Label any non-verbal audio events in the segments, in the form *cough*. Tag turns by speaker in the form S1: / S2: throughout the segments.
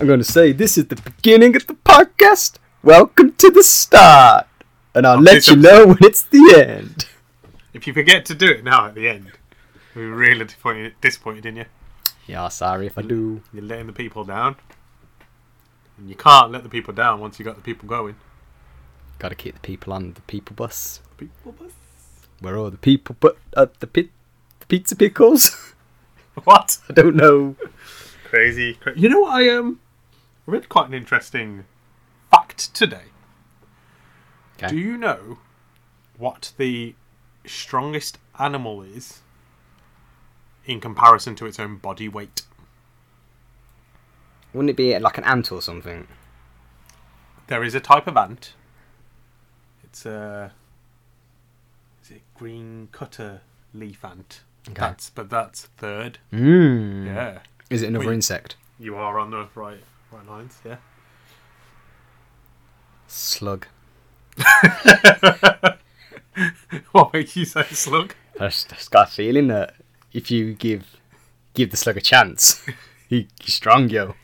S1: I'm going to say this is the beginning of the podcast. Welcome to the start, and I'll let
S2: it's
S1: you
S2: a-
S1: know when it's the end.
S2: If you forget to do it now at the end, we're really disappointed, disappointed in you.
S1: Yeah, sorry if I do.
S2: You're letting the people down. And you can't let the people down once you got the people going.
S1: Got to keep the people on the people bus.
S2: People bus.
S1: Where all the people but uh, the pit, the pizza pickles.
S2: *laughs*
S1: *laughs*
S2: What?
S1: I don't know.
S2: Crazy. Cra- you know what? I um read quite an interesting fact today.
S1: 'Kay.
S2: Do you know what the strongest animal is in comparison to its own body weight?
S1: Wouldn't it be like an ant or something?
S2: There is a type of ant. It's a is it green cutter leaf ant? That's but that's third.
S1: Mm.
S2: Yeah.
S1: Is it another
S2: Wait.
S1: insect?
S2: You are on the right right lines, yeah.
S1: Slug.
S2: *laughs* What makes you say slug?
S1: I just, I just got a feeling that if you give give the slug a chance, *laughs* he, he's strong, yo.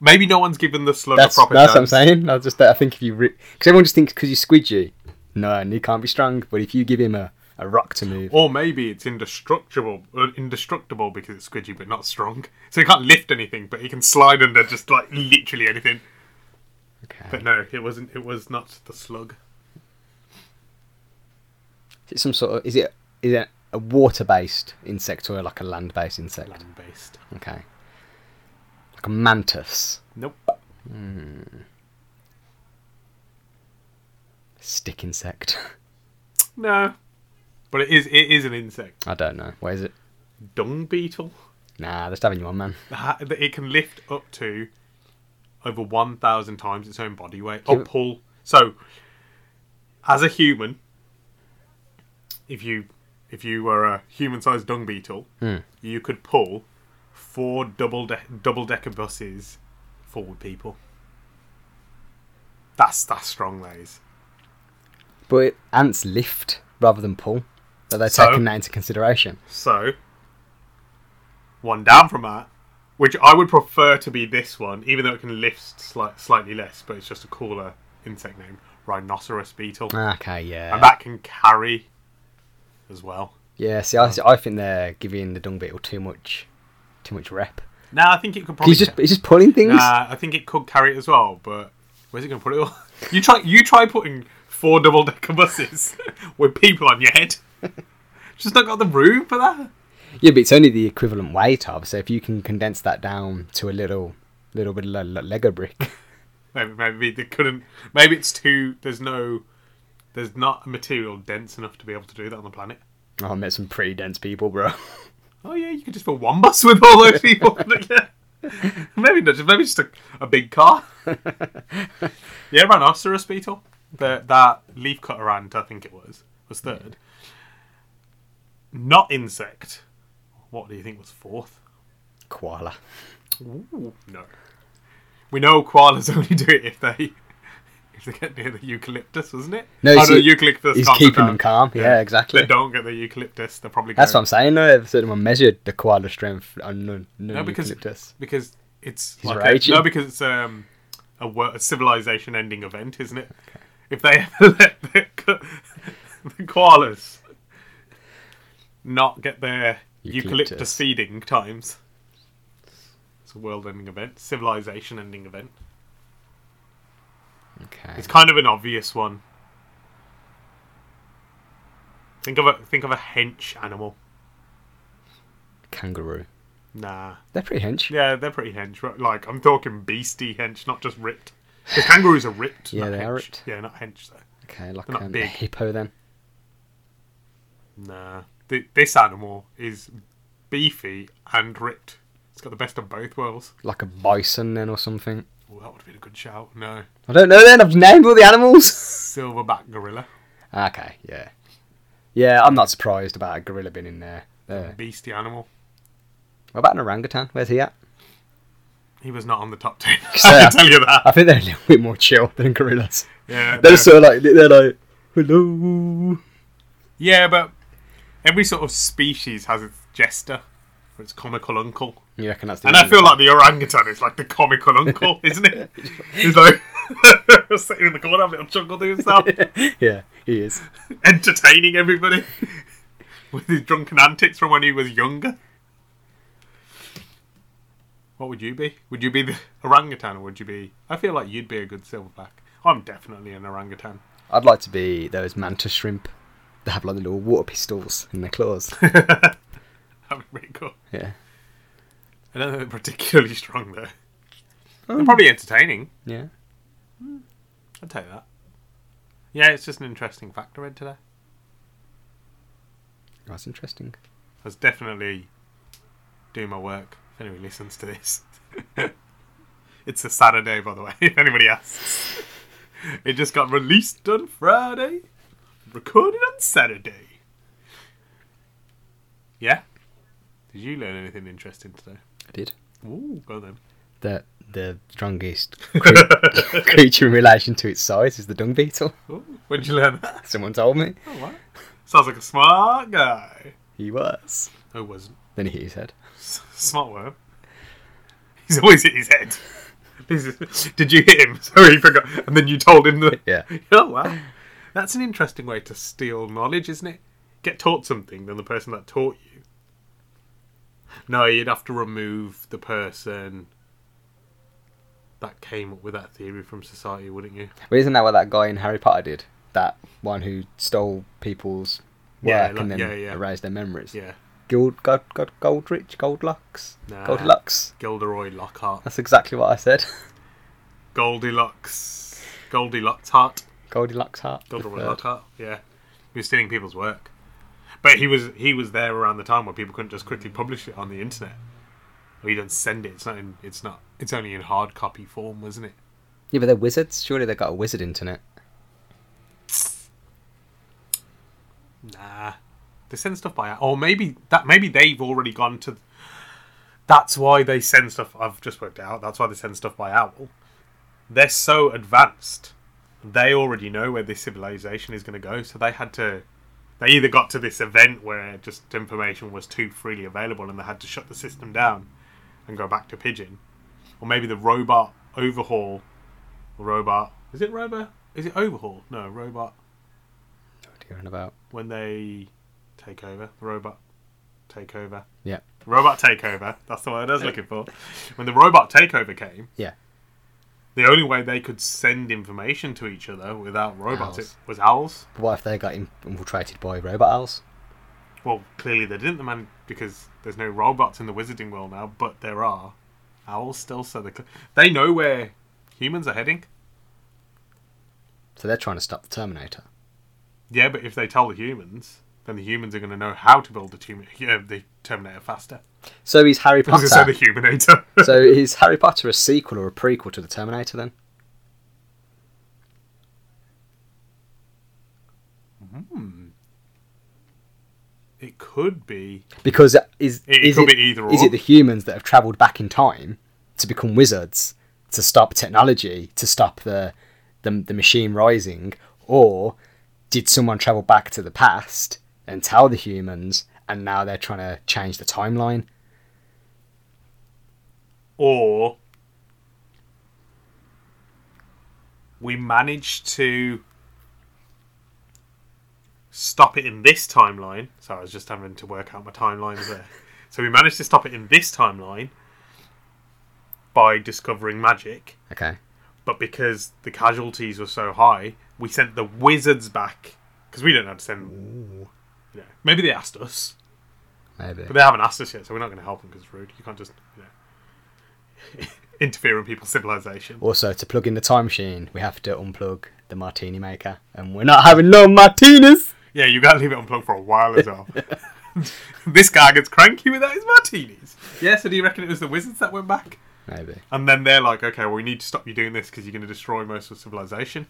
S2: Maybe no one's given the slug
S1: That's,
S2: a proper
S1: that's what I'm
S2: chance.
S1: saying. I just I think if you because everyone just thinks because he's squidgy, no, and he can't be strong. But if you give him a, a rock to move,
S2: Or maybe it's indestructible, uh, indestructible because it's squidgy but not strong. So he can't lift anything, but he can slide under just like literally anything.
S1: okay.
S2: But no, it wasn't. It was not the slug.
S1: is it some sort of is it is it a water based insect or like a land based insect?
S2: Land based.
S1: Okay, like a mantis,
S2: Nope.
S1: stick insect. *laughs*
S2: No. But it is. It is an insect.
S1: I don't know. What is it?
S2: Dung beetle.
S1: Nah, just having you on, man.
S2: Ha- that It can lift up to over one thousand times its own body weight. Or
S1: Yeah.
S2: pull. So, as a human, if you if you were a human-sized dung beetle, you could pull four double de- double decker buses full with people. That's that's strong, that is.
S1: But it, ants lift rather than pull. So they're
S2: So?
S1: taking that into consideration.
S2: So, one down from that, which I would prefer to be this one, even though it can lift sli- slightly less, but it's just a cooler insect name rhinoceros beetle.
S1: Okay, yeah.
S2: And that can carry as well.
S1: Yeah, see, I, I think they're giving the dung beetle too much, too much rep.
S2: No, I think it could probably.
S1: He's just he's just pulling things.
S2: Nah, I think it could carry it as well, but where's it going to put it all? *laughs* you try, you try putting four double decker buses *laughs* with people on your head. *laughs* Just not got the room for that.
S1: Yeah, but it's only the equivalent weight of. So if you can condense that down to a little, little bit of le- le- Lego brick, *laughs*
S2: Maybe, maybe they couldn't. Maybe it's too. There's no. There's not a material dense enough to be able to do that on the planet.
S1: oh, I met some pretty dense people, bro. *laughs*
S2: Oh yeah, you could just put one bus with all those people. *laughs* yeah. Maybe not. Just, maybe just a, a big car. yeah, rhinoceros beetle. That that leaf cutter ant, I think it was, was third. Not insect. What do you think was fourth?
S1: Koala.
S2: No. We know koalas *laughs* only do it if they if they get near the eucalyptus, wasn't it?
S1: No,
S2: oh,
S1: see,
S2: no eucalyptus.
S1: he's
S2: calms
S1: keeping
S2: down.
S1: them calm. Yeah, exactly.
S2: They don't get the eucalyptus. They're probably
S1: That's what
S2: going,
S1: I'm saying. though. if someone measured the koala strength on no, no,
S2: no because
S1: eucalyptus.
S2: because it's
S1: He's
S2: like a,
S1: raging.
S2: no because it's um a, wor- a civilization ending event, isn't it? If they *laughs* ever let the, ko- the koalas not get their eucalyptus.
S1: Eucalyptus.
S2: feeding times, it's a world-ending event, civilization-ending event.
S1: Okay.
S2: It's kind of an obvious one. Think of a think of a hench animal.
S1: Kangaroo.
S2: Nah.
S1: They're pretty hench. Yeah,
S2: Yeah, they're pretty hench. right? Like I'm talking beastie hench, not just ripped. The kangaroos are ripped.
S1: Yeah,
S2: not
S1: they
S2: hench.
S1: are ripped.
S2: Yeah, not hench though.
S1: okay, like
S2: they're not
S1: um, a
S2: big.
S1: hippo then.
S2: Nah, Th- this animal is beefy and ripped. It's got the best of both worlds.
S1: Like a bison then or something.
S2: Well, that would have been a good shout. No.
S1: I don't know then, I've named all the animals. *laughs*
S2: Silverback gorilla.
S1: okay, yeah. Yeah, I'm not surprised about a gorilla being in there. there.
S2: Beastie animal.
S1: What about an orangutan? Where's he at?
S2: He was not on the top 10. *laughs* I
S1: Yeah.
S2: can tell you that.
S1: I think they're a little bit more chill than gorillas.
S2: Yeah,
S1: They're
S2: no.
S1: sort of like, they're like, hello.
S2: yeah, but every sort of species has its jester or its comical uncle.
S1: You reckon that's the
S2: And I feel like the orangutan is like the comical uncle, isn't it? He's like *laughs* sitting in the corner, having a little chuckle to himself,
S1: *laughs* yeah, he is.
S2: entertaining everybody *laughs* with his drunken antics from when he was younger. What would you be? Would you be the orangutan, or would you be? I feel like you'd be a good silverback. I'm definitely an orangutan. *laughs*
S1: I'd like to be those manta shrimp that have like the little water pistols in their claws. *laughs*
S2: That'd be pretty cool.
S1: yeah.
S2: I don't think they're particularly *laughs* strong though. They're probably entertaining.
S1: Yeah.
S2: I'd take that. Yeah, it's just an interesting fact I read today.
S1: That's interesting.
S2: I was definitely doing my work. If anybody listens to this, *laughs* it's a Saturday, by the way. *laughs* If anybody asks, it just got released on Friday, recorded on Saturday. Yeah. Did you learn anything interesting today?
S1: I did.
S2: Ooh, go on
S1: That the strongest *laughs*
S2: then.
S1: cre- creature in relation to its size is the dung beetle.
S2: *laughs* Ooh, when did you learn that?
S1: Someone told me.
S2: Oh, wow. Sounds like a smart guy.
S1: He was.
S2: Who wasn't?
S1: Then he hit his head.
S2: S- *laughs* Smart worm. He's always hit his head. This is- Did you hit him? *laughs* Sorry, he forgot. And then you told him that.
S1: Yeah.
S2: *laughs* Oh, wow. That's an interesting way to steal knowledge, isn't it? Get taught something, then the person that taught you. No, you'd have to remove the person that came up with that theory from society, wouldn't you?
S1: Well, isn't that what that guy in Harry Potter did? That one who stole people's work
S2: Yeah, like-
S1: and then
S2: yeah, yeah.
S1: erased their memories.
S2: Yeah.
S1: Gold, gold, gold, Goldrich, Goldlocks,
S2: Nah.
S1: Goldilocks.
S2: Gilderoy Lockhart.
S1: That's exactly what I said. *laughs*
S2: Goldilocks. Goldilocks heart.
S1: Goldilocks heart. the
S2: Gilderoy
S1: third.
S2: Lockhart. Yeah, he was stealing people's work, but he was he was there around the time where people couldn't just quickly publish it on the internet. Or you don't send it. It's not. In, it's not. It's only in hard copy form, wasn't it?
S1: Yeah, but they're wizards. Surely they got a wizard internet.
S2: Nah, they send stuff by. Or maybe that. Maybe they've already gone to. That's why they send stuff. I've just worked it out. That's why they send stuff by owl. They're so advanced. They already know where this civilization is going to go. So they had to. They either got to this event where just information was too freely available, and they had to shut the system down, and go back to pigeon, or maybe the robot overhaul. Robot is it robot? Is it overhaul? No, robot
S1: What are you on about?
S2: when they take over, the robot take over.
S1: Yeah.
S2: Robot takeover. That's the word I was looking for. When the robot takeover came,
S1: Yeah.
S2: the only way they could send information to each other without robots
S1: Owls.
S2: was owls.
S1: But what if they got in- infiltrated by robot owls?
S2: Well, clearly they didn't, the man, because there's no robots in the wizarding world now, but there are owls still. So they cl- they know where humans are heading.
S1: So they're trying to stop the Terminator.
S2: Yeah, but if they tell the humans, then the humans are going to know how to build the, tum- yeah, the Terminator faster. *laughs*
S1: So is Harry
S2: I was
S1: Potter.
S2: going to say the Humanator. *laughs*
S1: so is Harry Potter a sequel or a prequel to the Terminator then?
S2: it could be
S1: Because is
S2: It
S1: is
S2: could be either
S1: is
S2: or.
S1: it the humans that have travelled back in time to become wizards to stop technology to stop the the, the machine rising, or did someone travel back to the past and tell the humans, and now they're trying to change the timeline?
S2: or we managed to stop it in this timeline. Sorry, I was just having to work out my timelines
S1: *laughs*
S2: there. so we managed to stop it in this timeline by discovering magic,
S1: Okay.
S2: but because the casualties were so high, we sent the wizards back because we don't know how to send. You know, maybe they asked us.
S1: Maybe.
S2: But they haven't asked us yet, so we're not going to help them because it's rude. You can't just, you know, *laughs* interfere in people's civilization.
S1: Also, to plug in the time machine, we have to unplug the martini maker, and we're not having no martinis.
S2: *laughs* Yeah, you got to leave it unplugged for a while as well. this guy gets cranky without his martinis. Yeah, so do you reckon it was the wizards that went back?
S1: maybe.
S2: And then they're like, okay, well, we need to stop you doing this because you're going to destroy most of civilization.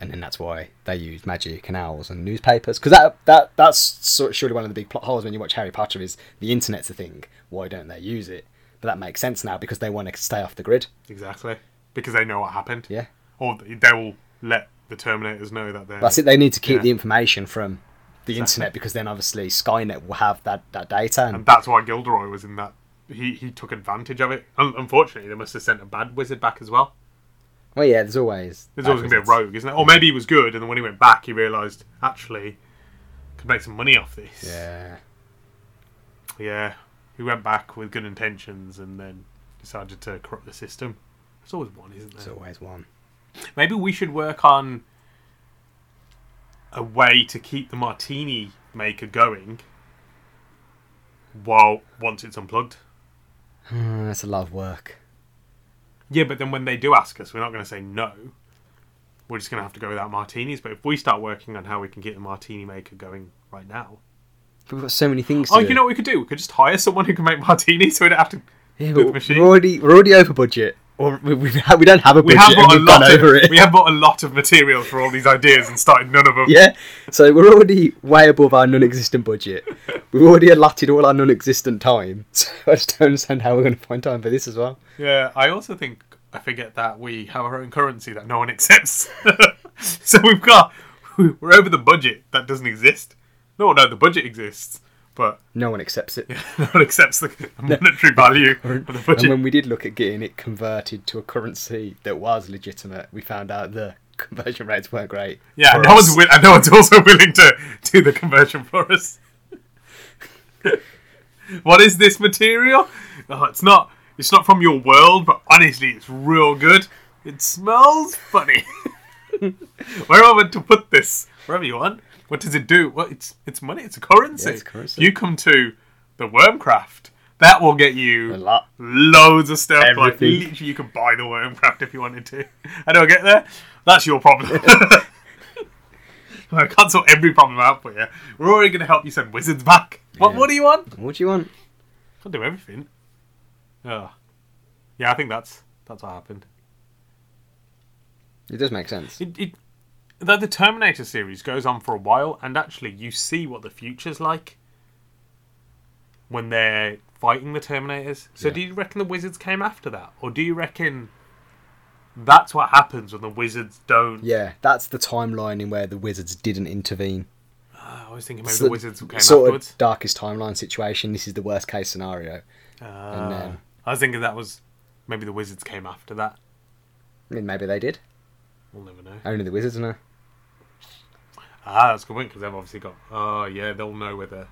S1: And then that's why they use magic and owls and newspapers because that that that's sort surely one of the big plot holes when you watch Harry Potter is the internet's a thing. Why don't they use it? But that makes sense now because they want to stay off the grid.
S2: Exactly. Because they know what happened.
S1: Yeah,
S2: Or they will let the Terminators know that they're.
S1: that's it. They need to keep
S2: Yeah.
S1: the information from the internet because then obviously Skynet will have that that data and
S2: And that's why Gilderoy was in that. He, he took advantage of it. Un- unfortunately, they must have sent a bad wizard back as well.
S1: Well, yeah, there's always.
S2: There's always going to be a rogue, isn't there? Or maybe he was good, and then when he went back, he realised, actually, could make some money off this.
S1: Yeah.
S2: Yeah. He went back with good intentions and then decided to corrupt the system. There's always one, isn't there?
S1: There's always one.
S2: Maybe we should work on a way to keep the martini maker going while once it's unplugged.
S1: Hmm, That's a lot of work.
S2: Yeah, but then when they do ask us, we're not going to say no. We're just going to have to go without martinis. But if we start working on how we can get the martini maker going right now.
S1: But We've got so many things. To
S2: Oh,
S1: do.
S2: you know what we could do? We could just hire someone who can make martinis so we don't have to.
S1: yeah,
S2: with
S1: but
S2: the machine.
S1: we're already we're already over budget, or we *laughs* we, ha- we don't have a
S2: We
S1: budget.
S2: have, bought
S1: and
S2: a
S1: we've gone
S2: lot of,
S1: over
S2: *laughs*
S1: it.
S2: we have bought a lot of material for all these ideas and started none of them.
S1: *laughs* Yeah, so we're already way above our non-existent budget. We've already allotted all our non-existent time. *laughs* So I just don't understand how we're going to find time for this as well.
S2: Yeah, I also think I forget that we have our own currency that no one accepts. *laughs* so we've got *laughs* we're over the budget that doesn't exist. No, no, the budget exists, but *laughs*
S1: No one accepts it.
S2: no one accepts the monetary
S1: *laughs*
S2: value of the
S1: And
S2: budget.
S1: when we did look at getting it converted to a currency that was legitimate, we found out the conversion rates weren't great.
S2: Yeah,
S1: for
S2: and no
S1: us.
S2: one's will, and no one's *laughs* also willing to do the conversion for us. *laughs* what is this material? Oh, it's not. It's not from your world, but honestly, it's real good. It smells funny. *laughs* Where am I meant to put this? Wherever you want. What does it do? Well, it's it's money. It's a currency.
S1: Yeah, it's currency.
S2: You come to the Wormcraft. That will get you
S1: A lot.
S2: loads of stuff. Like
S1: Everything.
S2: literally, you could buy the Wormcraft if you wanted to. *laughs* How do I get there? That's your problem. *laughs* I can't sort every problem out for you. We're already going to help you send wizards back. What
S1: Yeah.
S2: more do you want?
S1: What do you want?
S2: Can't do everything. Oh. yeah. I think that's that's what happened.
S1: It does make sense.
S2: It, it though the Terminator series goes on for a while, and actually you see what the future's like when they're fighting the Terminators. So
S1: Yeah.
S2: do you reckon the Wizards came after that, or do you reckon that's what happens when the Wizards don't?
S1: Yeah, that's the timeline in where the wizards didn't intervene.
S2: Ah, I was thinking maybe
S1: So
S2: Oh, the Wizards came
S1: sort
S2: afterwards.
S1: of darkest timeline situation. This is the worst case scenario.
S2: Ah.
S1: then-
S2: I was thinking that was maybe the Wizards came after that.
S1: I mean, maybe they did.
S2: We'll never know.
S1: Only the wizards know.
S2: Ah, that's a good point because they've obviously got. Oh yeah, they'll know whether.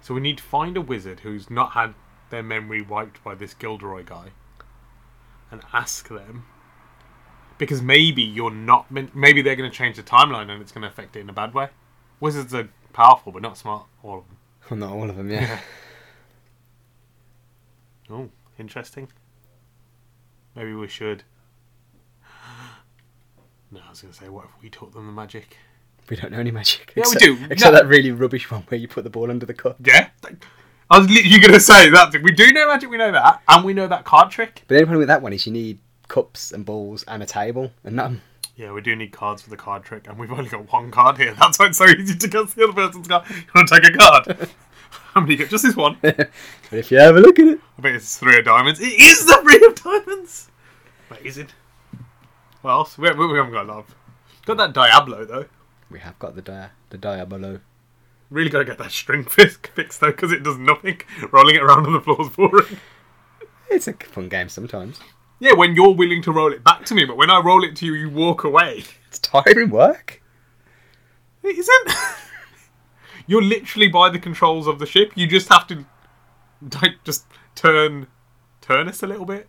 S2: So we need to find a wizard who's not had their memory wiped by this Gilderoy guy, and ask them. Because maybe you're not. meant- Maybe they're going to change the timeline and it's going to affect it in a bad way. Wizards are powerful but not smart. All of them.
S1: Well, not all of them. Yeah.
S2: Oh, interesting. Maybe we should. No, I was going to say, what if we taught them the magic?
S1: We don't know any magic.
S2: Yeah, we
S1: except,
S2: do. No.
S1: Except that really rubbish one where you put the ball under the cup.
S2: Yeah. I was literally going to say that. We do know magic, we know that. And we know that card trick.
S1: But the only problem with that one is you need cups and balls and a table and that.
S2: Yeah, we do need cards for the card trick. And we've only got one card here. *laughs* That's why it's so easy to guess the other person's card. You want to take a *laughs* card? How many you get? Just this *laughs* one. I
S1: but if you ever look at it,
S2: bet it's three of diamonds. It is the three of diamonds! Wait, is it? What else? We, we, we haven't got a lot. of- Got that Diablo, though.
S1: we have got the dia- the diabolo.
S2: Really got to get that string *laughs* fix- fixed, though, because it does nothing. *laughs* Rolling it around on the floor is boring.
S1: It's a fun game sometimes.
S2: Yeah, when you're willing to roll it back to me, but when I roll it to you, you walk away.
S1: It's tiring work.
S2: It isn't. *laughs* You're literally by the controls of the ship. You just have to, like, just turn, turn us a little bit.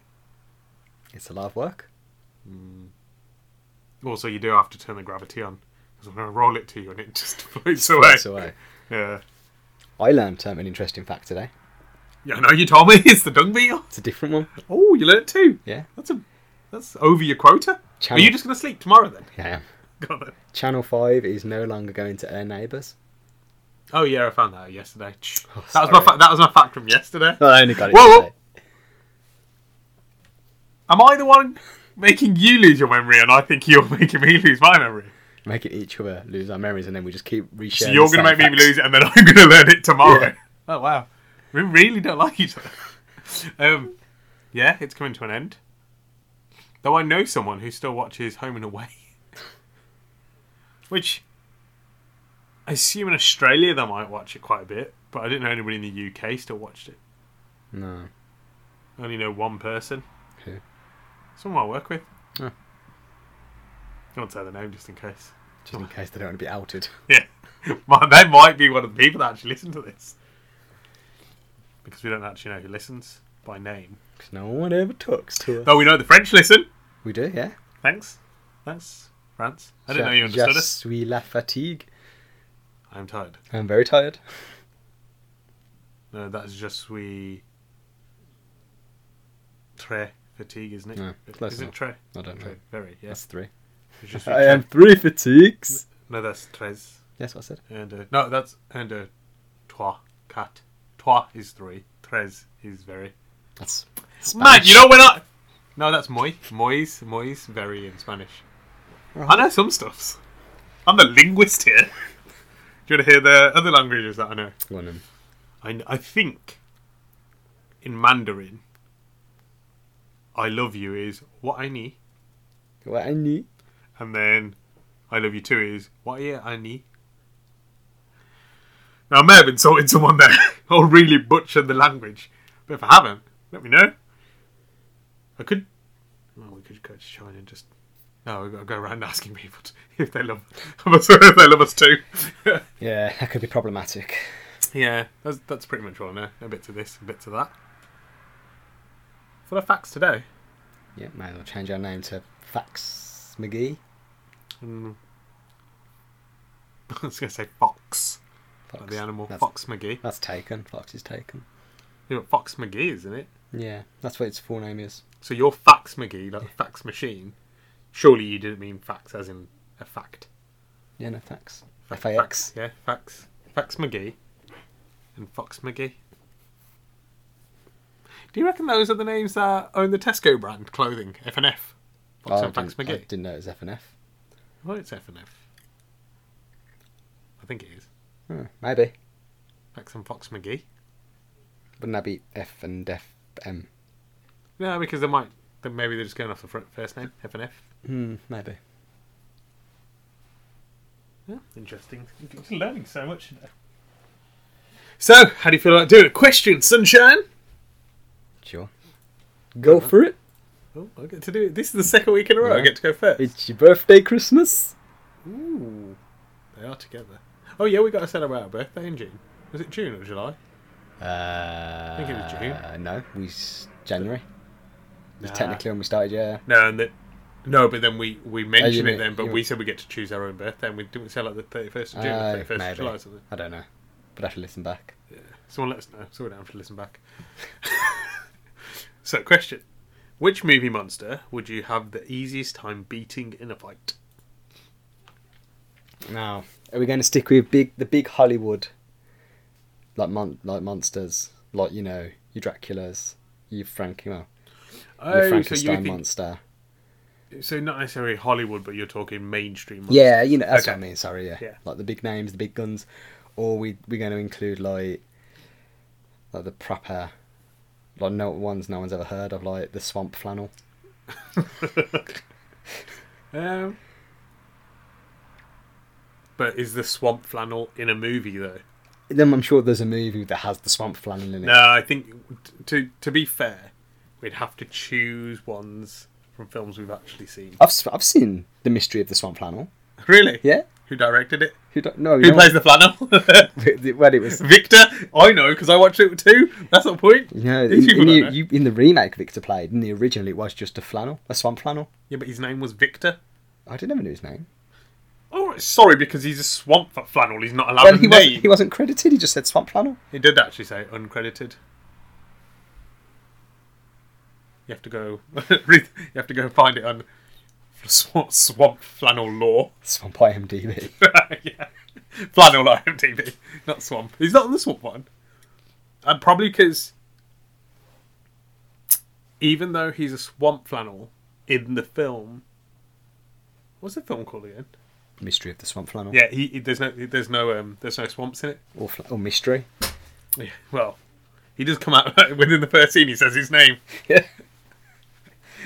S1: It's a lot of work.
S2: Also, you do have to turn the gravity on because I'm going to roll it to you and it just *laughs* floats away. *laughs*
S1: It's away.
S2: Yeah.
S1: uh, I learned um, an interesting fact today.
S2: Yeah, I know you told me *laughs* it's the dung beetle.
S1: It's a different one.
S2: Oh, you learnt too.
S1: Yeah.
S2: That's a, that's over your quota.
S1: Channel-
S2: Are you just going to sleep tomorrow then?
S1: Yeah.
S2: God, then.
S1: Channel Five is no longer going to air neighbours.
S2: Oh yeah, I found that out yesterday. *laughs* that was
S1: sorry.
S2: my fa- that was my fact from yesterday.
S1: I only got it.
S2: Whoa, whoa.
S1: today.
S2: Am I the one making you lose your memory, and I think you're *laughs* making me lose my memory?
S1: Make it each other lose our memories, and then we just keep resharing.
S2: So you're
S1: the
S2: going to
S1: same
S2: make me
S1: facts.
S2: lose it, and then *laughs* I'm going to learn it tomorrow.
S1: Yeah.
S2: Oh wow, we really don't like each other. *laughs* Um, yeah, it's coming to an end. Though I know someone who still watches Home and Away, *laughs* which I assume in Australia they might watch it quite a bit, but I didn't know anybody in the UK still watched it.
S1: No.
S2: I only know one person.
S1: Who?
S2: Someone I work with.
S1: Oh.
S2: I won't say the name just in case.
S1: Just
S2: Oh.
S1: in case they don't want to be outed.
S2: Yeah, *laughs* Might- they might be one of the people that actually listen to this because we don't actually know who listens by name.
S1: 'Cause no one ever talks to us.
S2: Though we know the French listen.
S1: We do, yeah.
S2: Thanks, thanks, France. I didn't know you
S1: Je-
S2: understood
S1: je
S2: us.
S1: suis la fatigue.
S2: I'm tired.
S1: I'm very tired.
S2: No, that's just we. Très fatigue, isn't it?
S1: No, close
S2: is it
S1: enough.
S2: très?
S1: I don't know.
S2: Très, very.
S1: That's
S2: Yes.
S1: three.
S2: It's just
S1: I
S2: we
S1: am
S2: très-
S1: three fatigues.
S2: No, that's tres.
S1: Yes, what I said.
S2: And uh, no, that's and uh, trois, quatre. Trois is three. Tres is very.
S1: That's.
S2: Man,
S1: Spanish.
S2: you know we're not. No, that's muy, muy's, muy's very in Spanish. I know some stuffs. I'm a linguist here. *laughs* Do you want to hear the other languages that I know?
S1: Go on then.
S2: I, kn- I think in Mandarin, I love you is what I need,
S1: What I need.
S2: and then I love you too is what yeah I need. Now I may have insulted someone there *laughs* or really butchered the language, but if I haven't, let me know. I could. Well, we could go to China and just. No, we've got to go around asking people to, *laughs* if they love us, *laughs* if they love us too.
S1: Yeah, that could be problematic.
S2: yeah, that's, that's pretty much all I know. A bit to this, a bit to that. Full of facts today. *laughs*
S1: Yeah, might as well change our name to Fax McGee.
S2: Mm. I was going to say Fox,
S1: Fox.
S2: like the animal.
S1: That's,
S2: Fox McGee.
S1: That's taken. Fox is taken.
S2: Yeah, but Fox McGee, isn't it?
S1: Yeah, that's what its full name is.
S2: So your fax McGee, like a fax machine. Surely you didn't mean fax as in a fact.
S1: Yeah, no, Fax.
S2: Fa-
S1: FAX.
S2: Yeah, fax. Fax McGee and Fox McGee. Do you reckon those are the names that own the Tesco brand clothing? F and F. Fox
S1: Oh, I
S2: and Fax
S1: didn't- I
S2: McGee.
S1: didn't know it was F and F.
S2: Well, it's F and F. I think it is.
S1: Hmm, maybe.
S2: Fax and Fox McGee.
S1: Wouldn't that be F and F M?
S2: No, because they might. Then maybe they're just going off the fir- first name. F and F.
S1: Hmm, maybe.
S2: Yeah, interesting. You're just learning so much today. So, how do you feel about doing a question, sunshine?
S1: Sure. Go for it.
S2: Oh, I get to do it. This is the second week in a row. I
S1: Yeah.
S2: get to go first.
S1: It's your birthday, Christmas.
S2: Ooh, they are together. Oh yeah, we got to celebrate our birthday in June. Was it June or July?
S1: Uh,
S2: think it was June.
S1: No, we s- January. It was
S2: Nah.
S1: technically when we started. Yeah.
S2: No, and that. No, but then we we mentioned
S1: mean-
S2: it then, but
S1: you-
S2: we said we get to choose our own birthday, and we didn't we say like the thirty first of June,
S1: Uh,
S2: thirty first
S1: maybe.
S2: of July, or something.
S1: I don't know, but I have to listen back.
S2: Someone let us know, so we don't have to listen back. *laughs* so, question: Which movie monster would you have the easiest time beating in a fight?
S1: Now, are we going to stick with big the big Hollywood, like mon- like monsters, like you know your Draculas, your Frank, you know,
S2: Oh,
S1: your Frankenstein monster.
S2: so not necessarily Hollywood, but you're talking mainstream. Monster.
S1: Yeah, you know that's what I
S2: Okay.
S1: mean. Sorry, yeah.
S2: Yeah.
S1: like the big names, the big guns, or we we're going to include like like the proper like no ones no one's ever heard of, like the swamp flannel.
S2: Um, but is the swamp flannel in a movie though?
S1: Then I'm sure there's a movie that has the swamp flannel in it.
S2: No, I think to to be fair, we'd have to choose ones from films we've actually seen.
S1: I've s- I've seen the mystery of the swamp flannel.
S2: Really?
S1: Uh, Yeah,
S2: Who directed it?
S1: who don't no
S2: Who
S1: you know
S2: plays the flannel? *laughs*
S1: *laughs* what? when it was
S2: Victor, I know because I watched it too. That's the point.
S1: Yeah,
S2: These
S1: in,
S2: people
S1: in
S2: don't
S1: the,
S2: know.
S1: you, in the remake Victor played, in the original it was just a flannel, a swamp flannel.
S2: yeah, but his name was Victor.
S1: I didn't ever know his name.
S2: Oh, sorry, because he's a swamp flannel. He's not allowed
S1: Well,
S2: a
S1: he,
S2: name.
S1: wasn't, he wasn't credited, he just said swamp flannel.
S2: It did actually say uncredited. *laughs* You have to go. re- you have to go find it on *laughs* Swamp, swamp flannel law.
S1: Swamp IMDb.
S2: *laughs* yeah. Flannel IMDb, not swamp. He's not on the swamp one. And probably because even though he's a swamp flannel in the film, what's the film called again?
S1: Mystery of the Swamp Flannel.
S2: Yeah, he, he- there's no there's no um there's no swamps in it.
S1: Or, fl-
S2: *laughs*
S1: or Mystery.
S2: Yeah, well, he does come out *laughs* within the first scene. He says his name,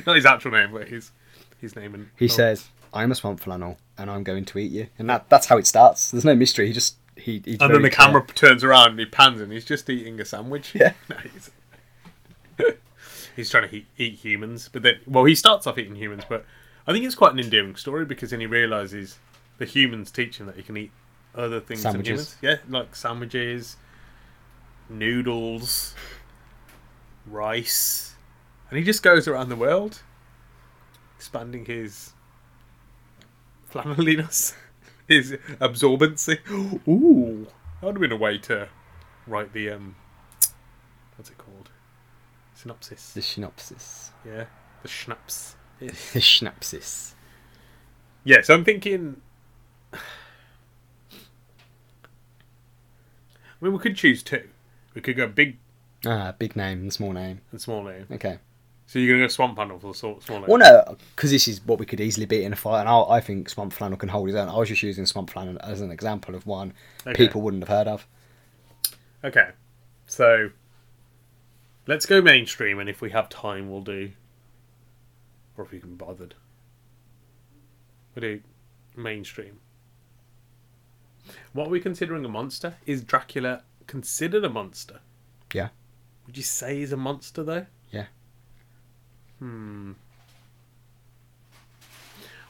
S2: not his actual name, but his his name and
S1: He
S2: oh,
S1: says, I'm a swamp flannel and I'm going to eat you. And that, that's how it starts. There's no mystery. He just. He, he's
S2: And
S1: very
S2: then the
S1: clear.
S2: camera turns around and he pans and he's just eating a sandwich.
S1: Yeah.
S2: *laughs* No, he's, he's trying to eat, eat humans, but then well, he starts off eating humans, but I think it's quite an endearing story because then he realizes the humans teach him that he can eat other things
S1: Sandwiches.
S2: than humans. Yeah, like sandwiches, noodles, rice, and he just goes around the world expanding his flamelliness, *laughs* his absorbency. Ooh, that would have been a way to write the um, what's it called? Synopsis. *laughs*
S1: The synopsis.
S2: Yeah, the schnapps.
S1: The synopsis.
S2: Yeah, so I'm thinking. *sighs* I mean, we could choose two. We could go big
S1: Ah, big name and small name.
S2: and small name.
S1: Okay.
S2: So you're gonna go swamp handle for the small small name.
S1: Well, no, because this is what we could easily beat in a fight, and I, I think Swamp Flannel can hold his own. I was just using Swamp Flannel as an example of one
S2: Okay.
S1: people wouldn't have heard of.
S2: Okay, so let's go mainstream, and if we have time, we'll do, or if we can be bothered, we'll do mainstream. What we're considering a monster is Dracula considered a monster?
S1: Yeah.
S2: Would you say he's a monster though?
S1: Yeah.
S2: Hmm.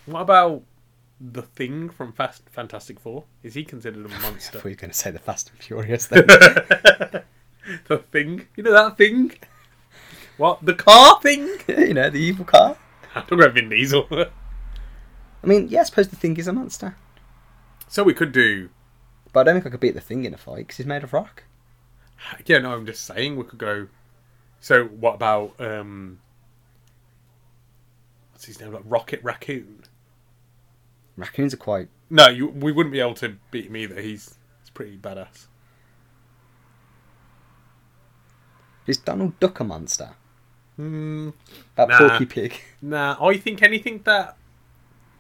S2: What about the Thing from Fast Fantastic Four? Is he considered a
S1: I
S2: monster?
S1: thought you were going to say the Fast and Furious
S2: *laughs*
S1: then. *laughs*
S2: the thing. You know that thing? What? The car thing?
S1: you know, the evil car.
S2: I'm talking about Vin Diesel.
S1: I mean, yeah, I suppose the Thing is a monster,
S2: *laughs* so we could do.
S1: but I don't think I could beat the Thing in a fight because he's made of rock.
S2: Yeah, no, I'm just saying we could go. So what about. um What's his name? Like Rocket Raccoon?
S1: Raccoons are quite.
S2: No, you, we wouldn't be able to beat him either. He's, he's pretty badass.
S1: Is Donald Duck a monster?
S2: Hmm.
S1: That
S2: Nah.
S1: Porky Pig. *laughs*
S2: Nah, I think anything that,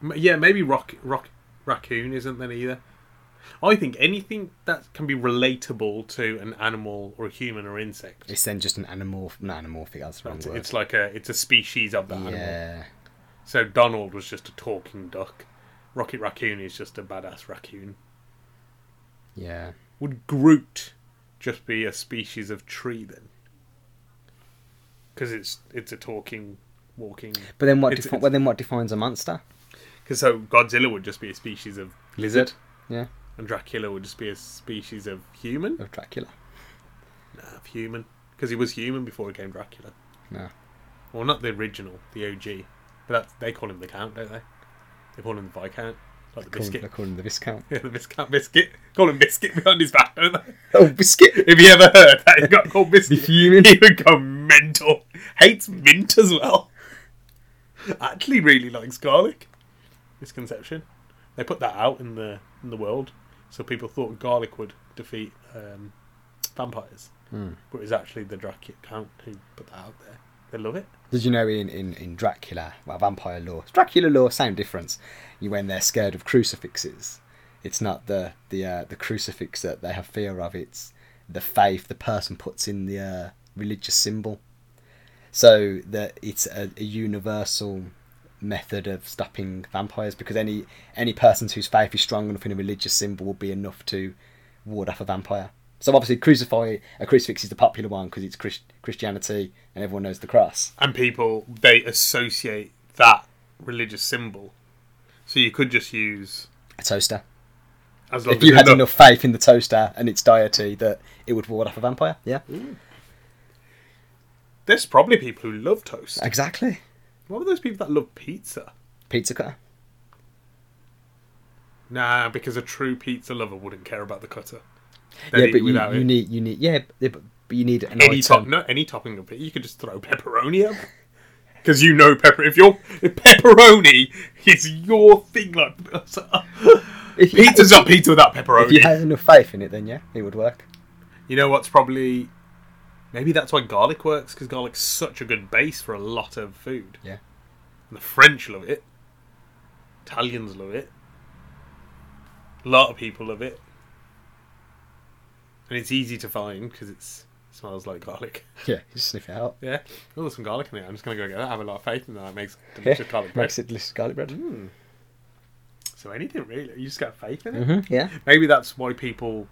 S2: m- yeah, maybe rock, rock, raccoon isn't then either. I think anything that can be relatable to an animal or a human or insect.
S1: It's then just an animorph. Not anamorphic. That's the wrong
S2: It's,
S1: word.
S2: it's like a it's a species of that animal.
S1: yeah.
S2: So Donald was just a talking duck. Rocket raccoon is just a badass raccoon.
S1: Yeah.
S2: Would Groot just be a species of tree then? Because it's it's a talking, walking.
S1: But then what?
S2: It's-
S1: Defi-
S2: it's-
S1: well, then what defines a monster?
S2: Because so Godzilla would just be a species of lizard.
S1: Yeah.
S2: and Dracula would just be a species of human.
S1: Of Dracula.
S2: Nah, of human, because he was human before he became Dracula.
S1: No.
S2: Well, not the original, the OG, but that's, they call him the Count, don't they? They call him the Viscount, like the
S1: Call him-
S2: biscuit.
S1: I call him the Viscount. *laughs*
S2: Yeah, *laughs* the Viscount biscuit. Call him biscuit behind his back, don't they?
S1: Oh, biscuit.
S2: If you ever heard that, he got called
S1: The
S2: biscuit.
S1: human.
S2: He would go mental. Hates mint as well. Actually, really likes garlic. Misconception. They put that out in the in the world, so people thought garlic would defeat um, vampires,
S1: Hmm.
S2: but it was actually the Dracula Count who put that out there. They love it.
S1: Did you know in, in, in Dracula, well, vampire lore, Dracula lore, same difference. You when they're scared of crucifixes, it's not the the uh, the crucifix that they have fear of. It's the faith the person puts in the uh, religious symbol. So that it's a, a universal method of stopping vampires because any any person whose faith is strong enough in a religious symbol will be enough to ward off a vampire. So obviously, crucify a crucifix is the popular one because it's Christ- Christianity and everyone knows the cross.
S2: And people they associate that religious symbol. So you could just use
S1: a toaster.
S2: as long
S1: If
S2: as
S1: you had
S2: enough-
S1: enough faith in the toaster and its deity that it would ward off a vampire, yeah,
S2: There's probably people who love toast.
S1: exactly.
S2: What were those people that love pizza?
S1: Pizza cutter.
S2: Nah, because a true pizza lover wouldn't care about the cutter.
S1: yeah,
S2: eat
S1: but you,
S2: without
S1: you
S2: it.
S1: need you need yeah, but but you need an
S2: any top,
S1: item.
S2: no, any topping of it. You could just throw pepperoni up. because you know pepper. If your if pepperoni is your thing, like *laughs*
S1: If you,
S2: pizza's not pizza without pepperoni.
S1: if you had enough faith in it, then yeah, it would work.
S2: You know what's probably maybe that's why garlic works because garlic's such a good base for a lot of food.
S1: Yeah.
S2: And the French love it. Italians love it. A lot of people love it. And it's easy to find because it smells like garlic.
S1: *laughs*
S2: *laughs*
S1: Yeah, you just sniff it out.
S2: Yeah. Oh, there's some garlic in there. I'm just going to go get that. I have a lot of faith in that. It makes
S1: *laughs*
S2: delicious garlic bread.
S1: Makes it delicious garlic bread.
S2: Mm. So anything really. You just got faith in it.
S1: Mm-hmm. Yeah.
S2: Maybe that's why people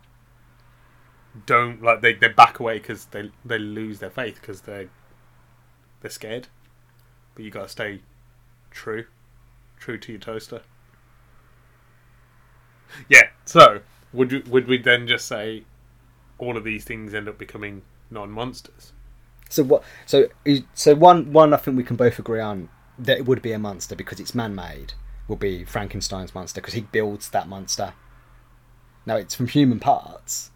S2: don't like they, they back away because they they lose their faith because they they're scared. But you gotta stay true, true to your toaster. Yeah. So would you, would we then just say all of these things end up becoming non-monsters?
S1: So what? So is- so one one I think we can both agree on that it would be a monster because it's man-made. Will be Frankenstein's monster because he builds that monster. Now it's from human parts.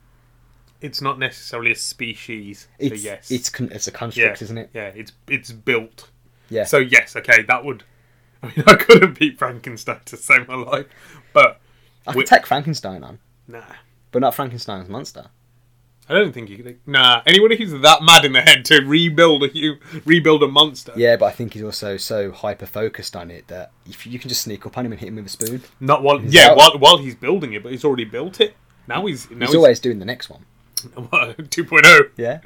S2: It's not necessarily a species.
S1: It's
S2: so yes.
S1: it's con- it's a
S2: yeah,
S1: construct, isn't it?
S2: Yeah. It's it's built
S1: Yeah.
S2: So yes, okay, that would. *laughs* I mean, I couldn't beat Frankenstein to save my life, but
S1: I
S2: we-
S1: could take Frankenstein on,
S2: nah,
S1: but not Frankenstein's monster.
S2: I don't think you could. Nah, anyone who's that mad in the head to rebuild a hu rebuild a monster.
S1: Yeah, but I think he's also so hyper focused on it that if you can just sneak up on him and hit him with a spoon,
S2: Not while
S1: He's
S2: yeah
S1: out.
S2: while, while he's building it, but he's already built it. Now he's now
S1: he's,
S2: he's, *laughs*
S1: always doing the next one.
S2: two point oh.
S1: *laughs* Yeah,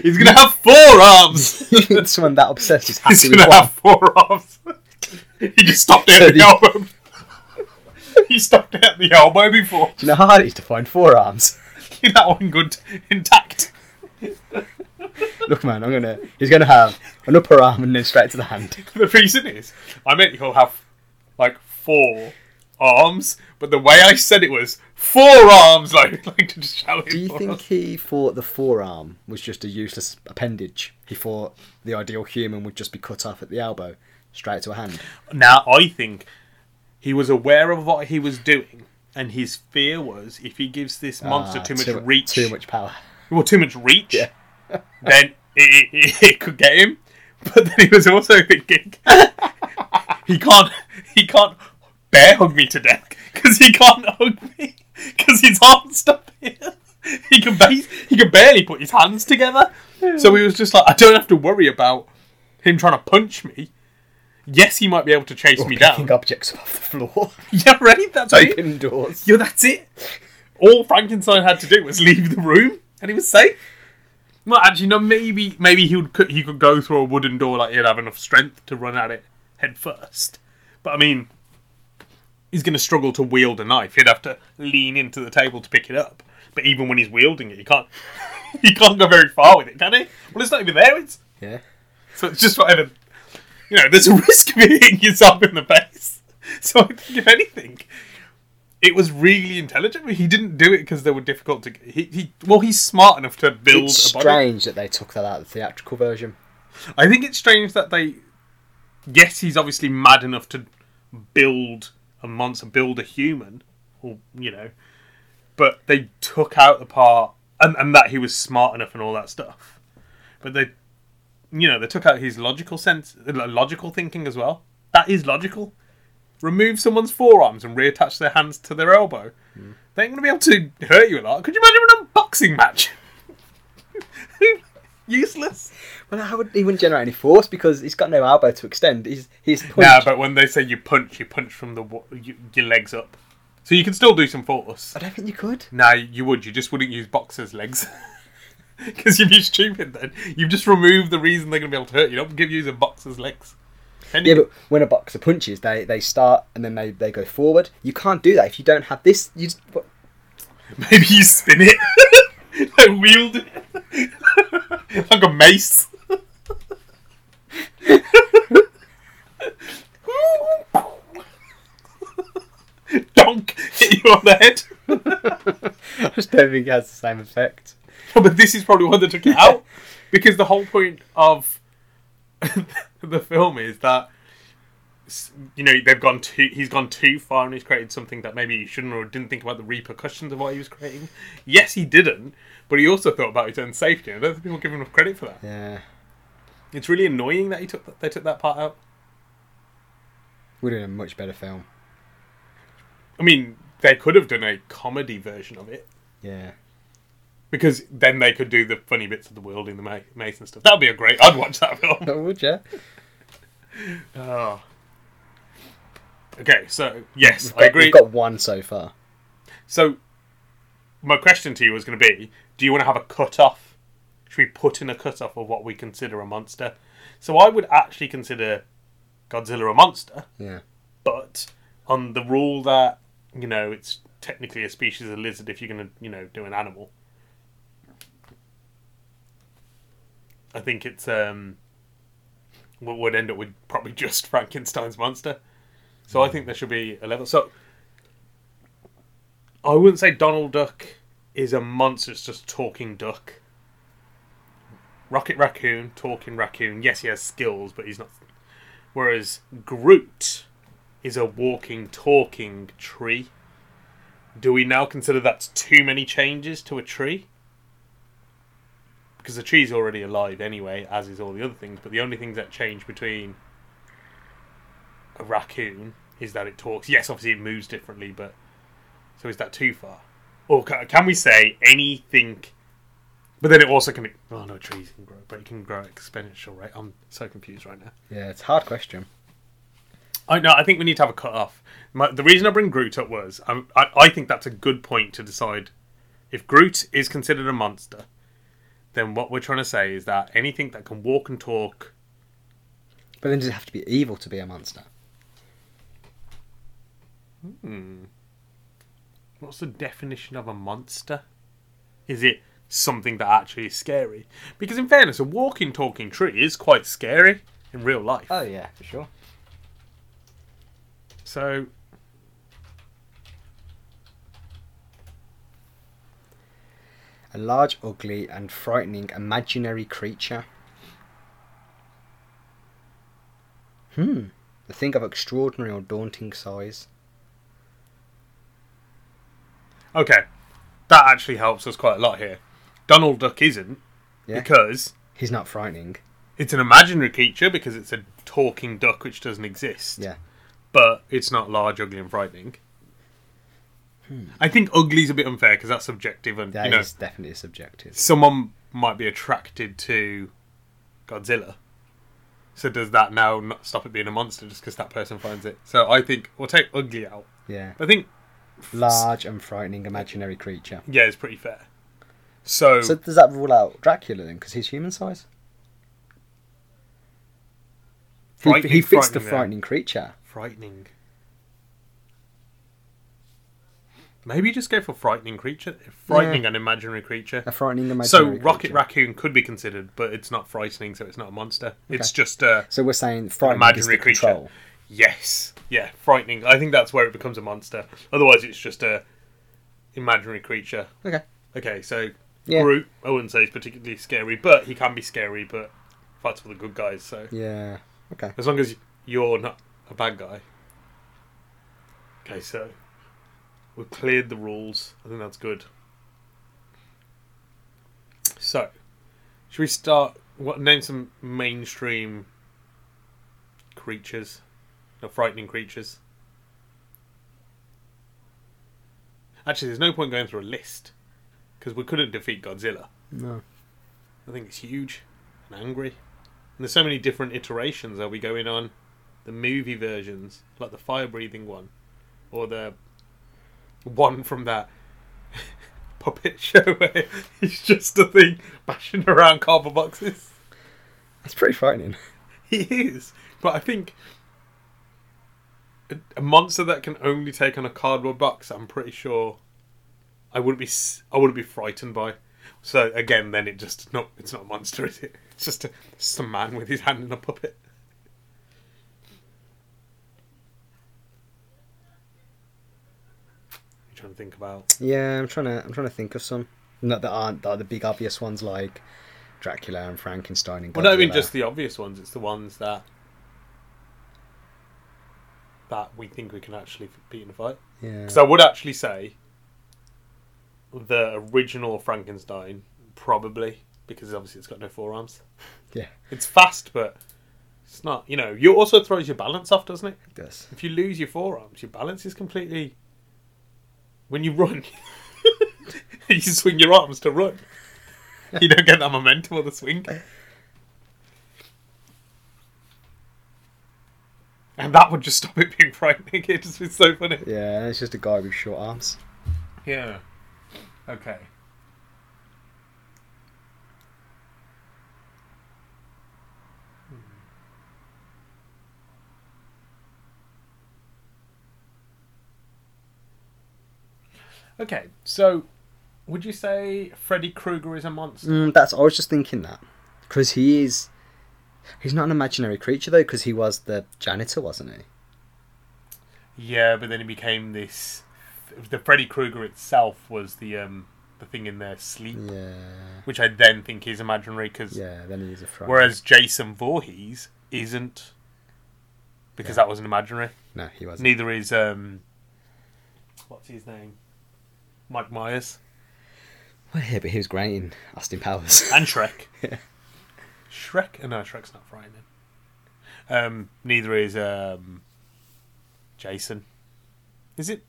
S2: He's gonna have four
S1: *laughs*
S2: arms. *laughs*
S1: someone that obsessed *laughs* is
S2: he's
S1: happy with
S2: gonna
S1: one.
S2: have four arms. *laughs* he just stopped
S1: *laughs*
S2: it at the
S1: So
S2: elbow. *laughs* he stopped it at the elbow before. *laughs*
S1: Do you know how hard it is to find forearms?
S2: that one good intact.
S1: *laughs* Look, man, I'm gonna. He's gonna have an upper arm and then straight to the hand. *laughs*
S2: *laughs* The reason is, I meant he'll have like four arms, but the way I said it was four arms, *laughs* like, like to just shout it.
S1: Do you
S2: four
S1: think
S2: arms.
S1: he thought the forearm was just a useless appendage? He thought the ideal human would just be cut off at the elbow, straight to a hand.
S2: Now I think he was aware of what he was doing, and his fear was if he gives this monster
S1: Ah,
S2: too much
S1: mu-
S2: reach,
S1: Too much power.
S2: well, too much reach, *laughs* then it, it, it could get him. *laughs* But then he was also thinking *laughs* he can't he can't bear hug me to death because he can't hug me because his arms stop here. *laughs* He can ba- he can barely put his hands together. So he was just like, I don't have to worry about him trying to punch me. Yes, he might be able to chase me down.
S1: Picking objects off the floor,
S2: *laughs*
S1: *laughs*
S2: Yeah, right. That's it. *laughs*
S1: open doors.
S2: Yeah, that's it. All Frankenstein had to do was leave the room, and he was safe. Well, actually, no. Maybe, maybe he would co- he could go through a wooden door, like he'd have enough strength to run at it head first. But I mean, he's going to struggle to wield a knife. He'd have to lean into the table to pick it up. But even when he's wielding it, he can't. *laughs* he can't go very far with it, can he? Well, it's not even there. It's
S1: Yeah.
S2: *laughs* so it's just whatever. You know, there's a risk of hitting yourself in the face. *laughs* So I think, if anything, it was really intelligent. but He didn't do it because they were difficult to. He, he well, he's smart enough to build
S1: It's
S2: a body.
S1: strange that they took that out of the theatrical version.
S2: I think it's strange that they. Yes, he's obviously mad enough to build a monster, build a human, or you know, but they took out the part and, and that he was smart enough and all that stuff. But they, you know, they took out his logical sense, lo- logical thinking as well. That is logical. Remove someone's forearms and reattach their hands to their elbow. They ain't gonna be able to hurt you a lot. Could you imagine an unboxing match? *laughs* Useless.
S1: Well, how would, he wouldn't generate any force because he's got no elbow to extend. He's he's punch.
S2: Nah, but when they say you punch, you punch from the wa- you, your legs up, so you can still do some force.
S1: I don't think you could.
S2: Nah, you would. You just wouldn't use boxers' legs. *laughs* Because you'd be stupid then. You've just removed the reason they're going to be able to hurt you. Don't give using boxer's legs. And
S1: Yeah, but when a boxer punches, they, they start and then they, they go forward. You can't do that if you don't have this. You just, what-
S2: *laughs* maybe you spin it. like wield it. *laughs* like a mace. Donk! Hit you on the head.
S1: *laughs* I just don't think it has the same effect.
S2: No, *laughs* but this is probably why they took it out because the whole point of *laughs* the film is that s- you know they've gone too he's gone too far and he's created something that maybe he shouldn't or didn't think about the repercussions of what he was creating yes he didn't but he also thought about his own safety and i don't think people give him enough credit for that
S1: Yeah.
S2: It's really annoying that he took they took that part out.
S1: Would have been a much better film.
S2: I mean, they could have done a comedy version of it
S1: Yeah.
S2: because then they could do the funny bits of the world in the Ma- Mason stuff. That'd be a great. I'd watch that film.
S1: Oh, would you?
S2: Oh. Okay, so yes,
S1: But
S2: I agree.
S1: We've got one so far.
S2: So, my question to you was going to be: Do you want to have a cut off? Should we put in a cut off of what we consider a monster? So I would actually consider Godzilla a monster,
S1: Yeah.
S2: but on the rule that you know it's technically a species of lizard if you're going to you know do an animal. I think it's um what would end up with probably *laughs* just Frankenstein's monster. So I think there should be a level. So I wouldn't say Donald Duck is a monster. It's just talking duck. Rocket Raccoon, talking raccoon. Yes, he has skills, but he's not. Whereas Groot is a walking, talking tree. Do we now consider that's too many changes to a tree? Because the tree's already alive anyway, as is all the other things, but the only things that change between a raccoon is that it talks. Yes, obviously it moves differently, but. So is that too far? Or ca- can we say anything? But then it also can. Oh no, trees can grow, but it can grow at exponential rate. I'm so confused right now.
S1: Yeah, it's a hard question.
S2: I know. I think we need to have a cut off. My, the reason I bring Groot up was i I, I think that's a good point to decide if Groot is considered a monster. Then what we're trying to say is that anything that can walk and talk.
S1: But then does it have to be evil to be a monster?
S2: What's the definition of a monster? Is it something that actually is scary? Because in fairness, a walking, talking tree is quite scary in real life.
S1: Oh, yeah, for sure.
S2: So
S1: A large, ugly, and frightening imaginary creature. Hmm. A thing of extraordinary or daunting size.
S2: okay, that actually helps us quite a lot here. Donald Duck isn't
S1: Yeah.
S2: because
S1: He's not frightening.
S2: it's an imaginary creature because it's a talking duck which doesn't exist.
S1: Yeah.
S2: But it's not large, ugly, and frightening. I think ugly's a bit unfair because that's subjective, and
S1: That
S2: you
S1: is
S2: know,
S1: definitely subjective.
S2: someone might be attracted to Godzilla. So does that now not stop it being a monster just because that person finds it? So I think we'll take ugly out.
S1: Yeah.
S2: I think
S1: Large and frightening imaginary creature.
S2: yeah, it's pretty fair. So,
S1: So does that rule out Dracula then? Because he's human size. He,
S2: Frightening,
S1: he fits the
S2: frightening, yeah.
S1: frightening creature.
S2: frightening. Maybe just go for frightening creature, frightening and imaginary creature.
S1: A frightening
S2: So
S1: imaginary.
S2: Rocket
S1: creature.
S2: Raccoon could be considered, but it's not frightening, so it's not a monster. It's just uh,
S1: So we're saying frightening is
S2: imaginary
S1: the
S2: creature.
S1: control.
S2: yes, yeah, frightening. I think that's where it becomes a monster. Otherwise, it's just a imaginary creature.
S1: Okay.
S2: Okay, so
S1: Yeah.
S2: Groot, I wouldn't say he's particularly scary, but he can be scary, but fights for the good guys. So
S1: Yeah. Okay.
S2: as long as you're not a bad guy. Okay, so we've cleared the rules. I think that's good. So, should we start? What name some mainstream creatures, or frightening creatures? Actually, there's no point going through a list because we couldn't defeat Godzilla.
S1: No.
S2: I think it's huge and angry. And there's so many different iterations. Are we going on the movie versions, like the fire breathing one, or the one from that *laughs* puppet *laughs* show where it's just a thing bashing around cardboard boxes?
S1: That's pretty frightening.
S2: *laughs* He is. But I think a, a monster that can only take on a cardboard box, I'm pretty sure I wouldn't be s- I wouldn't be frightened by. So again, then it just not it's not a monster, *laughs* is it? It's just a, it's just a man with his hand in a puppet. I'm trying to think about
S1: Yeah, I'm trying to. I'm trying to think of some. Not that aren't that are the big obvious ones like Dracula and Frankenstein and. Godzilla.
S2: Well, no, I mean just the obvious ones. It's the ones that that we think we can actually beat in a fight.
S1: Yeah.
S2: Because I would actually say the original Frankenstein, probably. because obviously it's got no forearms.
S1: Yeah.
S2: It's fast, but it's not. You know, you also throws your balance off, doesn't it?
S1: Yes.
S2: If you lose your forearms, your balance is completely. When you run, *laughs* you swing your arms to run. You don't get that momentum or the swing. And that would just stop it being frightening. *laughs* It'd just be so funny.
S1: Yeah, it's just a guy with short arms.
S2: Yeah. Okay. Okay, so would you say Freddy Krueger is a monster?
S1: Mm, that's. I was just thinking that because he is. He's not an imaginary creature though, because he was the janitor, wasn't he?
S2: Yeah, but then he became this. The Freddy Krueger itself was the um the thing in their sleep,
S1: Yeah.
S2: which I then think is imaginary because
S1: Mm. Yeah. Then he is a frog.
S2: Whereas Jason Voorhees isn't because that wasn't imaginary.
S1: no, he wasn't.
S2: Neither is um what's his name? Mike Myers.
S1: Well, yeah, but he was great in Austin Powers.
S2: And Shrek.
S1: Yeah.
S2: Shrek oh, no, Shrek's not frightening. Um neither is um Jason. Is it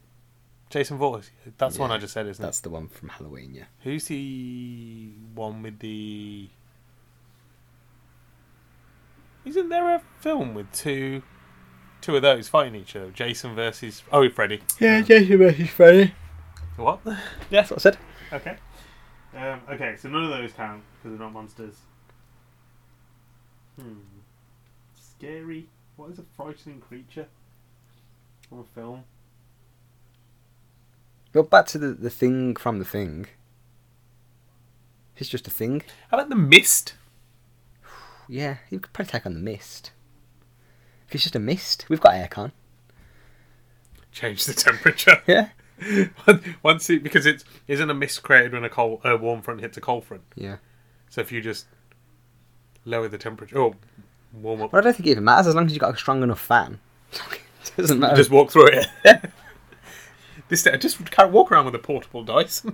S2: Jason Voorhees? That's the one I
S1: Yeah,
S2: just said, isn't
S1: *laughs* that's the one from Halloween. Yeah.
S2: it? Who's the one with the Isn't there a film with two two of those fighting each other? Jason versus Oh Freddy.
S1: Jason versus Freddy.
S2: What? Yes.
S1: That's what I said.
S2: Okay. Um, okay, so none of those count because they're not monsters. Hmm. Scary. What is a frightening creature from a film?
S1: Well, back to the, the thing from the thing. He's just a thing.
S2: How about the mist?
S1: Yeah, you could probably take on the mist. If it's just a mist, we've got aircon.
S2: Change the temperature.
S1: Yeah.
S2: *laughs* Once it, because it's isn't a mist created when a cold a warm front hits a cold front.
S1: Yeah.
S2: So if you just lower the temperature, oh, warm up,
S1: But I don't think it even matters as long as you've got a strong enough fan. *laughs* it doesn't matter.
S2: just walk through it. *laughs* this just can't walk around with a portable dice.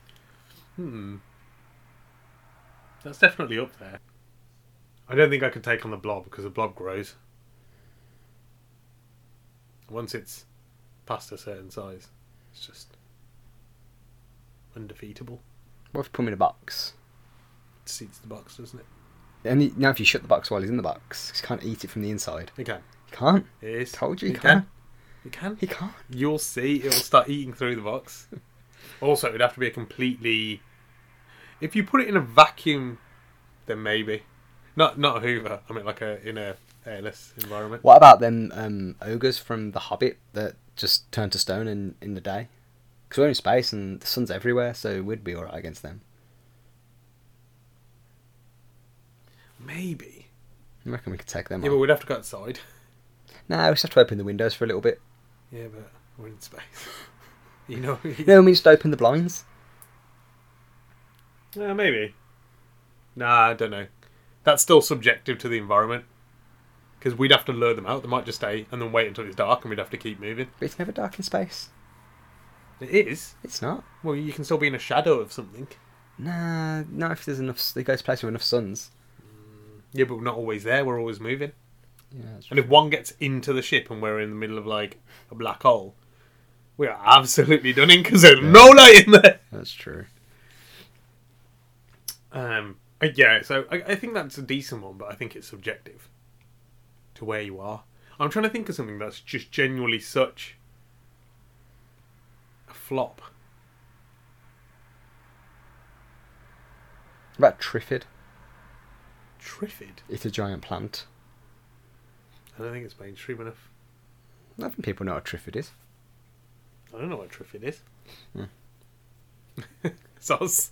S2: *laughs* hmm. That's definitely up there. I don't think I can take on the blob because the blob grows. Once it's past a certain size, it's just undefeatable.
S1: What if you put him in a box?
S2: It seats the box, doesn't it?
S1: And you- now if you shut the box while he's in the box, he can't eat it from the inside.
S2: It can.
S1: He can't.
S2: It is.
S1: Told you he
S2: it can.
S1: can't.
S2: It can.
S1: He can't.
S2: You'll see, it'll start eating through the box. *laughs* Also, it'd have to be a completely. If you put it in a vacuum, then maybe. Not not a Hoover. I mean, like a in a airless environment.
S1: What about them um, ogres from The Hobbit that just turn to stone in, in the day? Because we're in space and the sun's everywhere, so we'd be alright against them.
S2: Maybe.
S1: I reckon we could take them
S2: Yeah,
S1: on.
S2: but we'd have to go outside.
S1: No, we just have to open the windows for a little bit.
S2: Yeah, but we're in space. *laughs* You know.
S1: No, I mean just open the blinds.
S2: Uh, maybe. Nah, I don't know. That's still subjective to the environment. Because we'd have to lure them out. They might just stay and then wait until it's dark, and we'd have to keep moving.
S1: But it's never dark in space.
S2: It is.
S1: It's not.
S2: Well, you can still be in a shadow of something.
S1: Nah, not if there's enough. They go to place with enough suns.
S2: Yeah, but we're not always there. We're always moving.
S1: Yeah, that's
S2: And if one gets into the ship and we're in the middle of like a black hole, we are absolutely done in because there's no light in there.
S1: That's true.
S2: Um, uh, yeah, so I, I think that's a decent one, but I think it's subjective to where you are. I'm trying to think of something that's just genuinely such a flop.
S1: What about Triffid?
S2: Triffid.
S1: It's a giant plant.
S2: I don't think it's mainstream enough.
S1: I don't think people know what Triffid is.
S2: I don't know what Triffid is.
S1: Hmm.
S2: *laughs* Soz.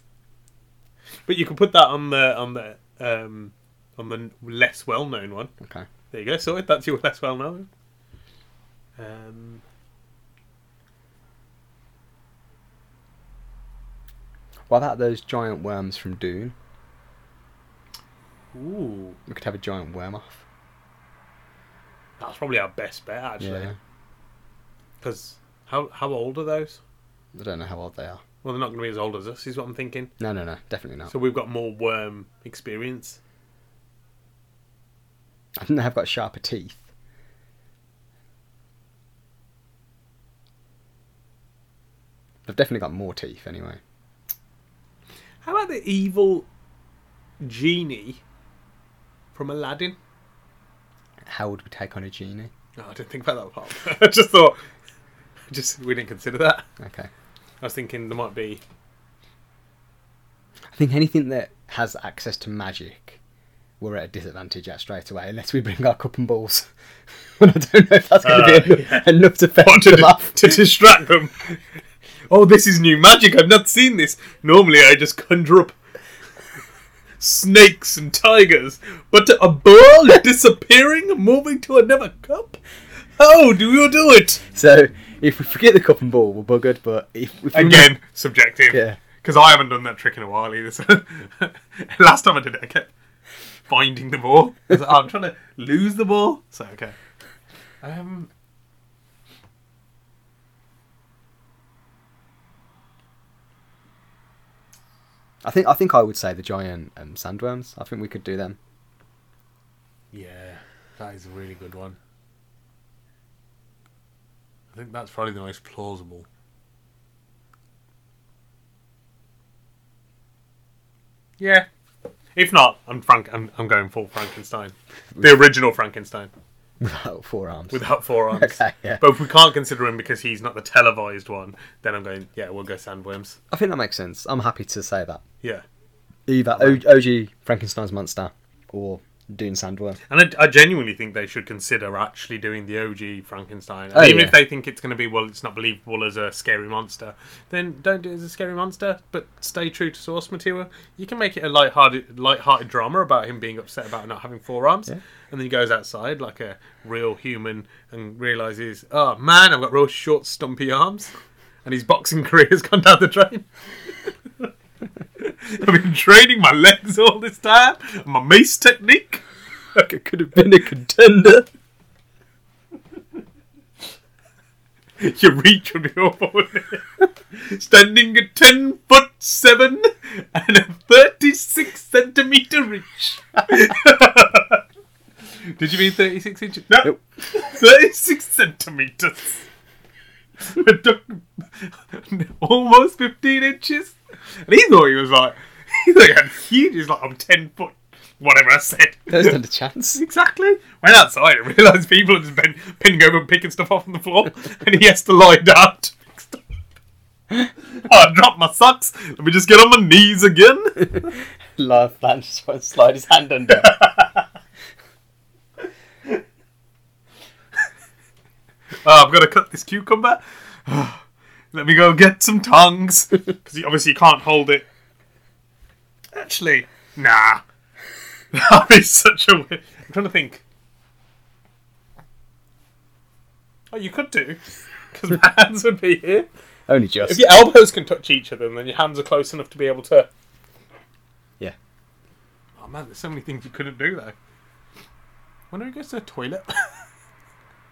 S2: But you can put that on the on the um, on the less well known one.
S1: Okay.
S2: There you go. Sorted. That's your less well known. Um,
S1: What about those giant worms from Dune?
S2: ooh,
S1: We could have a giant worm off.
S2: that's probably our best bet actually. Because how how old are those?
S1: I don't know how old they are.
S2: Well, they're not going to be as old as us, is what I'm thinking.
S1: No, no, no, definitely not.
S2: So we've got more worm experience.
S1: I think *laughs* they have got sharper teeth. They've definitely got more teeth, anyway.
S2: How about the evil genie from Aladdin?
S1: How would we take on a genie?
S2: No, I didn't think about that part. *laughs* I just thought, just we didn't consider that.
S1: Okay.
S2: I was thinking there might be.
S1: I think anything that has access to magic, we're at a disadvantage at straight away, unless we bring our cup and balls. *laughs* and I don't know if that's going to be
S2: Uh,
S1: en- *laughs* enough to fend
S2: to,
S1: them off.
S2: *laughs* to distract them. oh, this is new magic. I've not seen this. Normally, I just conjure up snakes and tigers, but a ball disappearing, and moving to another cup. How do you do it?
S1: So if we forget the cup and ball, we're buggered. But if,
S2: *laughs*
S1: if we
S2: Again, subjective.
S1: Yeah.
S2: Because I haven't done that trick in a while either. So *laughs* last time I did it, I kept finding the ball. I was like, oh, I'm trying to lose the ball. So okay. Um.
S1: I think I think I would say the giant um, sandworms. I think we could do them. *laughs*
S2: Yeah, that is a really good one. I think that's probably the most plausible. Yeah. If not, I'm Frank. I'm, I'm going full Frankenstein, the original Frankenstein.
S1: Without forearms.
S2: without forearms.
S1: *laughs* Okay, yeah.
S2: But if we can't consider him because he's not the televised one, then I'm going, yeah, we'll go sandworms.
S1: I think that makes sense. I'm happy to say that.
S2: Yeah.
S1: Either O- OG Frankenstein's monster or Dune Sandworm. *laughs*
S2: And I, I genuinely think they should consider actually doing the OG Frankenstein.
S1: Oh,
S2: Even
S1: yeah.
S2: if they think it's going to be, well, it's not believable as a scary monster, then don't do it as a scary monster, but stay true to source material. You can make it a light-hearted, light-hearted drama about him being upset about not having forearms. And then he goes outside like a real human and realises, oh, man, I've got real short, stumpy arms. And his boxing *laughs* career has gone down the drain. I've been training my legs all this time, and my mace technique. *laughs*
S1: It could have been a contender. *laughs*
S2: You reach on your opponent. *laughs* Standing at 10 foot 7 and a 36 centimeter reach. *laughs* Did you mean 36 inches? No. *laughs*
S1: Nope.
S2: 36 centimeters. *laughs* I took Almost 15 inches. And he thought he was like, *laughs* he thought he had huge. He's like, I'm 10 foot. Whatever I said.
S1: There's not a
S2: *laughs*
S1: chance. *laughs*
S2: Exactly. Went outside and *laughs* realised people had just been pinning over and picking stuff off on the floor, *laughs* and he has to lie down *laughs* to pick stuff up. Oh, I dropped my socks. Let me just get on my knees again.
S1: *laughs* Life plan just won't slide his hand under.
S2: Oh, I've got to cut this cucumber. *sighs* Let me go get some tongs. Because obviously you can't hold it. Actually, nah. *laughs* That'd be such a weird. I'm trying to think. Oh, you could do. Because *laughs* my hands would be here.
S1: *laughs* Only just.
S2: If your elbows can touch each other, then your hands are close enough to be able to.
S1: Yeah.
S2: Oh man, there's so many things you couldn't do though. When he goes to the toilet. *laughs*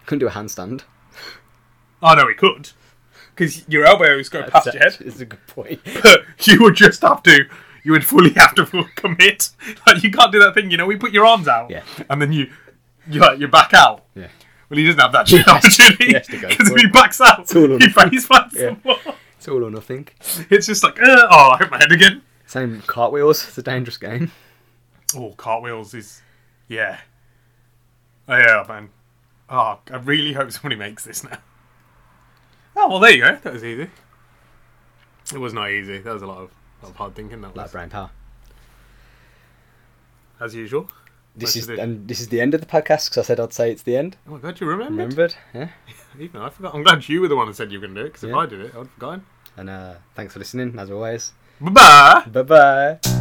S1: Couldn't do a handstand.
S2: oh no, he could, because your elbows go past your
S1: *laughs*
S2: head.
S1: It's a good point.
S2: But *laughs* you would just have to. You would fully have to full commit. *laughs* Like you can't do that thing, you know. We put your arms out,
S1: Yeah.
S2: and then you, you like your back out.
S1: Yeah.
S2: Well, he doesn't have that shit
S1: has to-
S2: opportunity
S1: *laughs* he
S2: *laughs*
S1: has to go
S2: because
S1: for
S2: if he
S1: it.
S2: backs out,
S1: all or
S2: he
S1: nothing.
S2: face plants
S1: Yeah.
S2: the wall.
S1: It's all or nothing.
S2: It's just like, uh, oh, I hit my head again.
S1: Same cartwheels. It's a dangerous game. *laughs*
S2: Oh, cartwheels is, yeah, oh, yeah, man. Oh, I really hope somebody makes this now. Oh well, there you go. That was easy. It was not easy. That was a lot of, lot of hard thinking. That
S1: Like
S2: was,
S1: brain power.
S2: as usual.
S1: This
S2: Nice
S1: is
S2: to do.
S1: and this is the end of the podcast because I said I'd say it's the end.
S2: Oh my god, you remembered?
S1: Remembered? Yeah.
S2: Even I forgot. I'm glad you were the one that said you were going to do it because if
S1: Yeah.
S2: I did it, I'd forgotten.
S1: And uh, thanks for listening as always.
S2: Bye bye.
S1: Bye bye.